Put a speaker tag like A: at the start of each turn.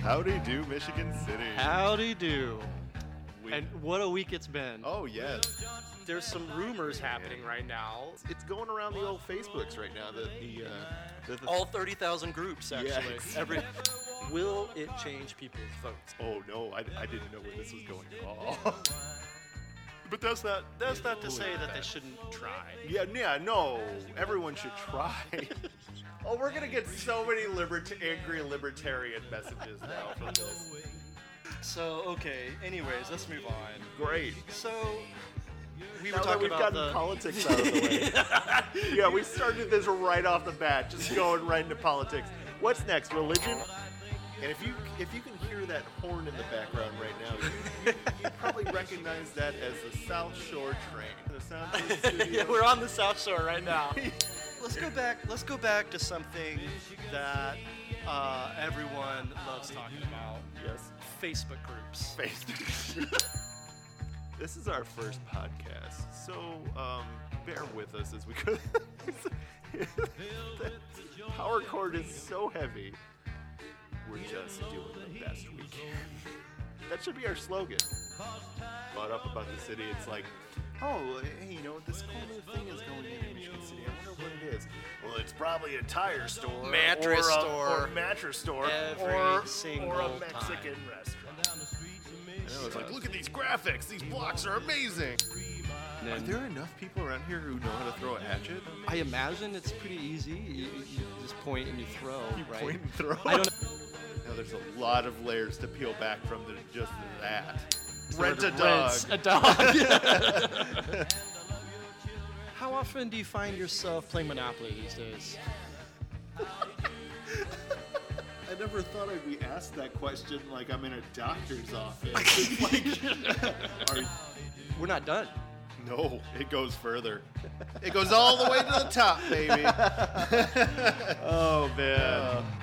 A: Howdy do, Michigan City.
B: Howdy do.
A: We-
B: And what a week it's been.
A: oh yes,
B: There's some rumors happening right now.
A: it's going around the old Facebooks right now. The the, uh, the, the
B: All 30,000 groups, actually.
A: Yes.
B: Every. Will it change people's votes?
A: oh no, I, I didn't know where this was going at all. but that's not that's not to say that
B: they shouldn't try.
A: Yeah, yeah, no. Everyone should try. oh, we're gonna get so many liberta- angry libertarian messages now from this.
B: So, okay, anyways, let's move on.
A: Great.
B: So, we were
A: Now that
B: talking
A: we've
B: about
A: gotten
B: the.
A: politics out of the way. yeah, we started this right off the bat, just going right into politics. What's next? Religion? And if you if you can hear that horn in the background right now, you, you, you probably recognize that as the South Shore train. The sound of the studio.
B: yeah, we're on the South Shore right now. let's go back. Let's go back to something that uh, everyone loves talking about:
A: yes.
B: Facebook groups.
A: Based. this is our first podcast, so um, bear with us as we go. the power cord is so heavy. We're just doing the best we can. That should be our slogan. Brought up about the city, it's like, oh, hey, you know, this whole new thing is going in in Michigan City. I wonder what it is. Well, it's probably a tire store,
B: Mattress
A: or a,
B: store.
A: or mattress store,
B: Every
A: or, or
B: single
A: a Mexican
B: time.
A: restaurant. And I was like, look at these graphics. These blocks are amazing. Are there enough people around here who know how to throw a hatchet?
B: I imagine it's pretty easy. You, you just point and you throw, right?
A: Point and throw.
B: I don't.
A: Now there's a lot of layers to peel back from the, just that. Rent a
B: Rent
A: dog.
B: A dog. How often do you find yourself playing Monopoly these days?
A: I never thought I'd be asked that question like I'm in a doctor's office.
B: We're not done.
A: no, it goes further.
B: Uh,
A: It goes all the way to the top, baby. oh man.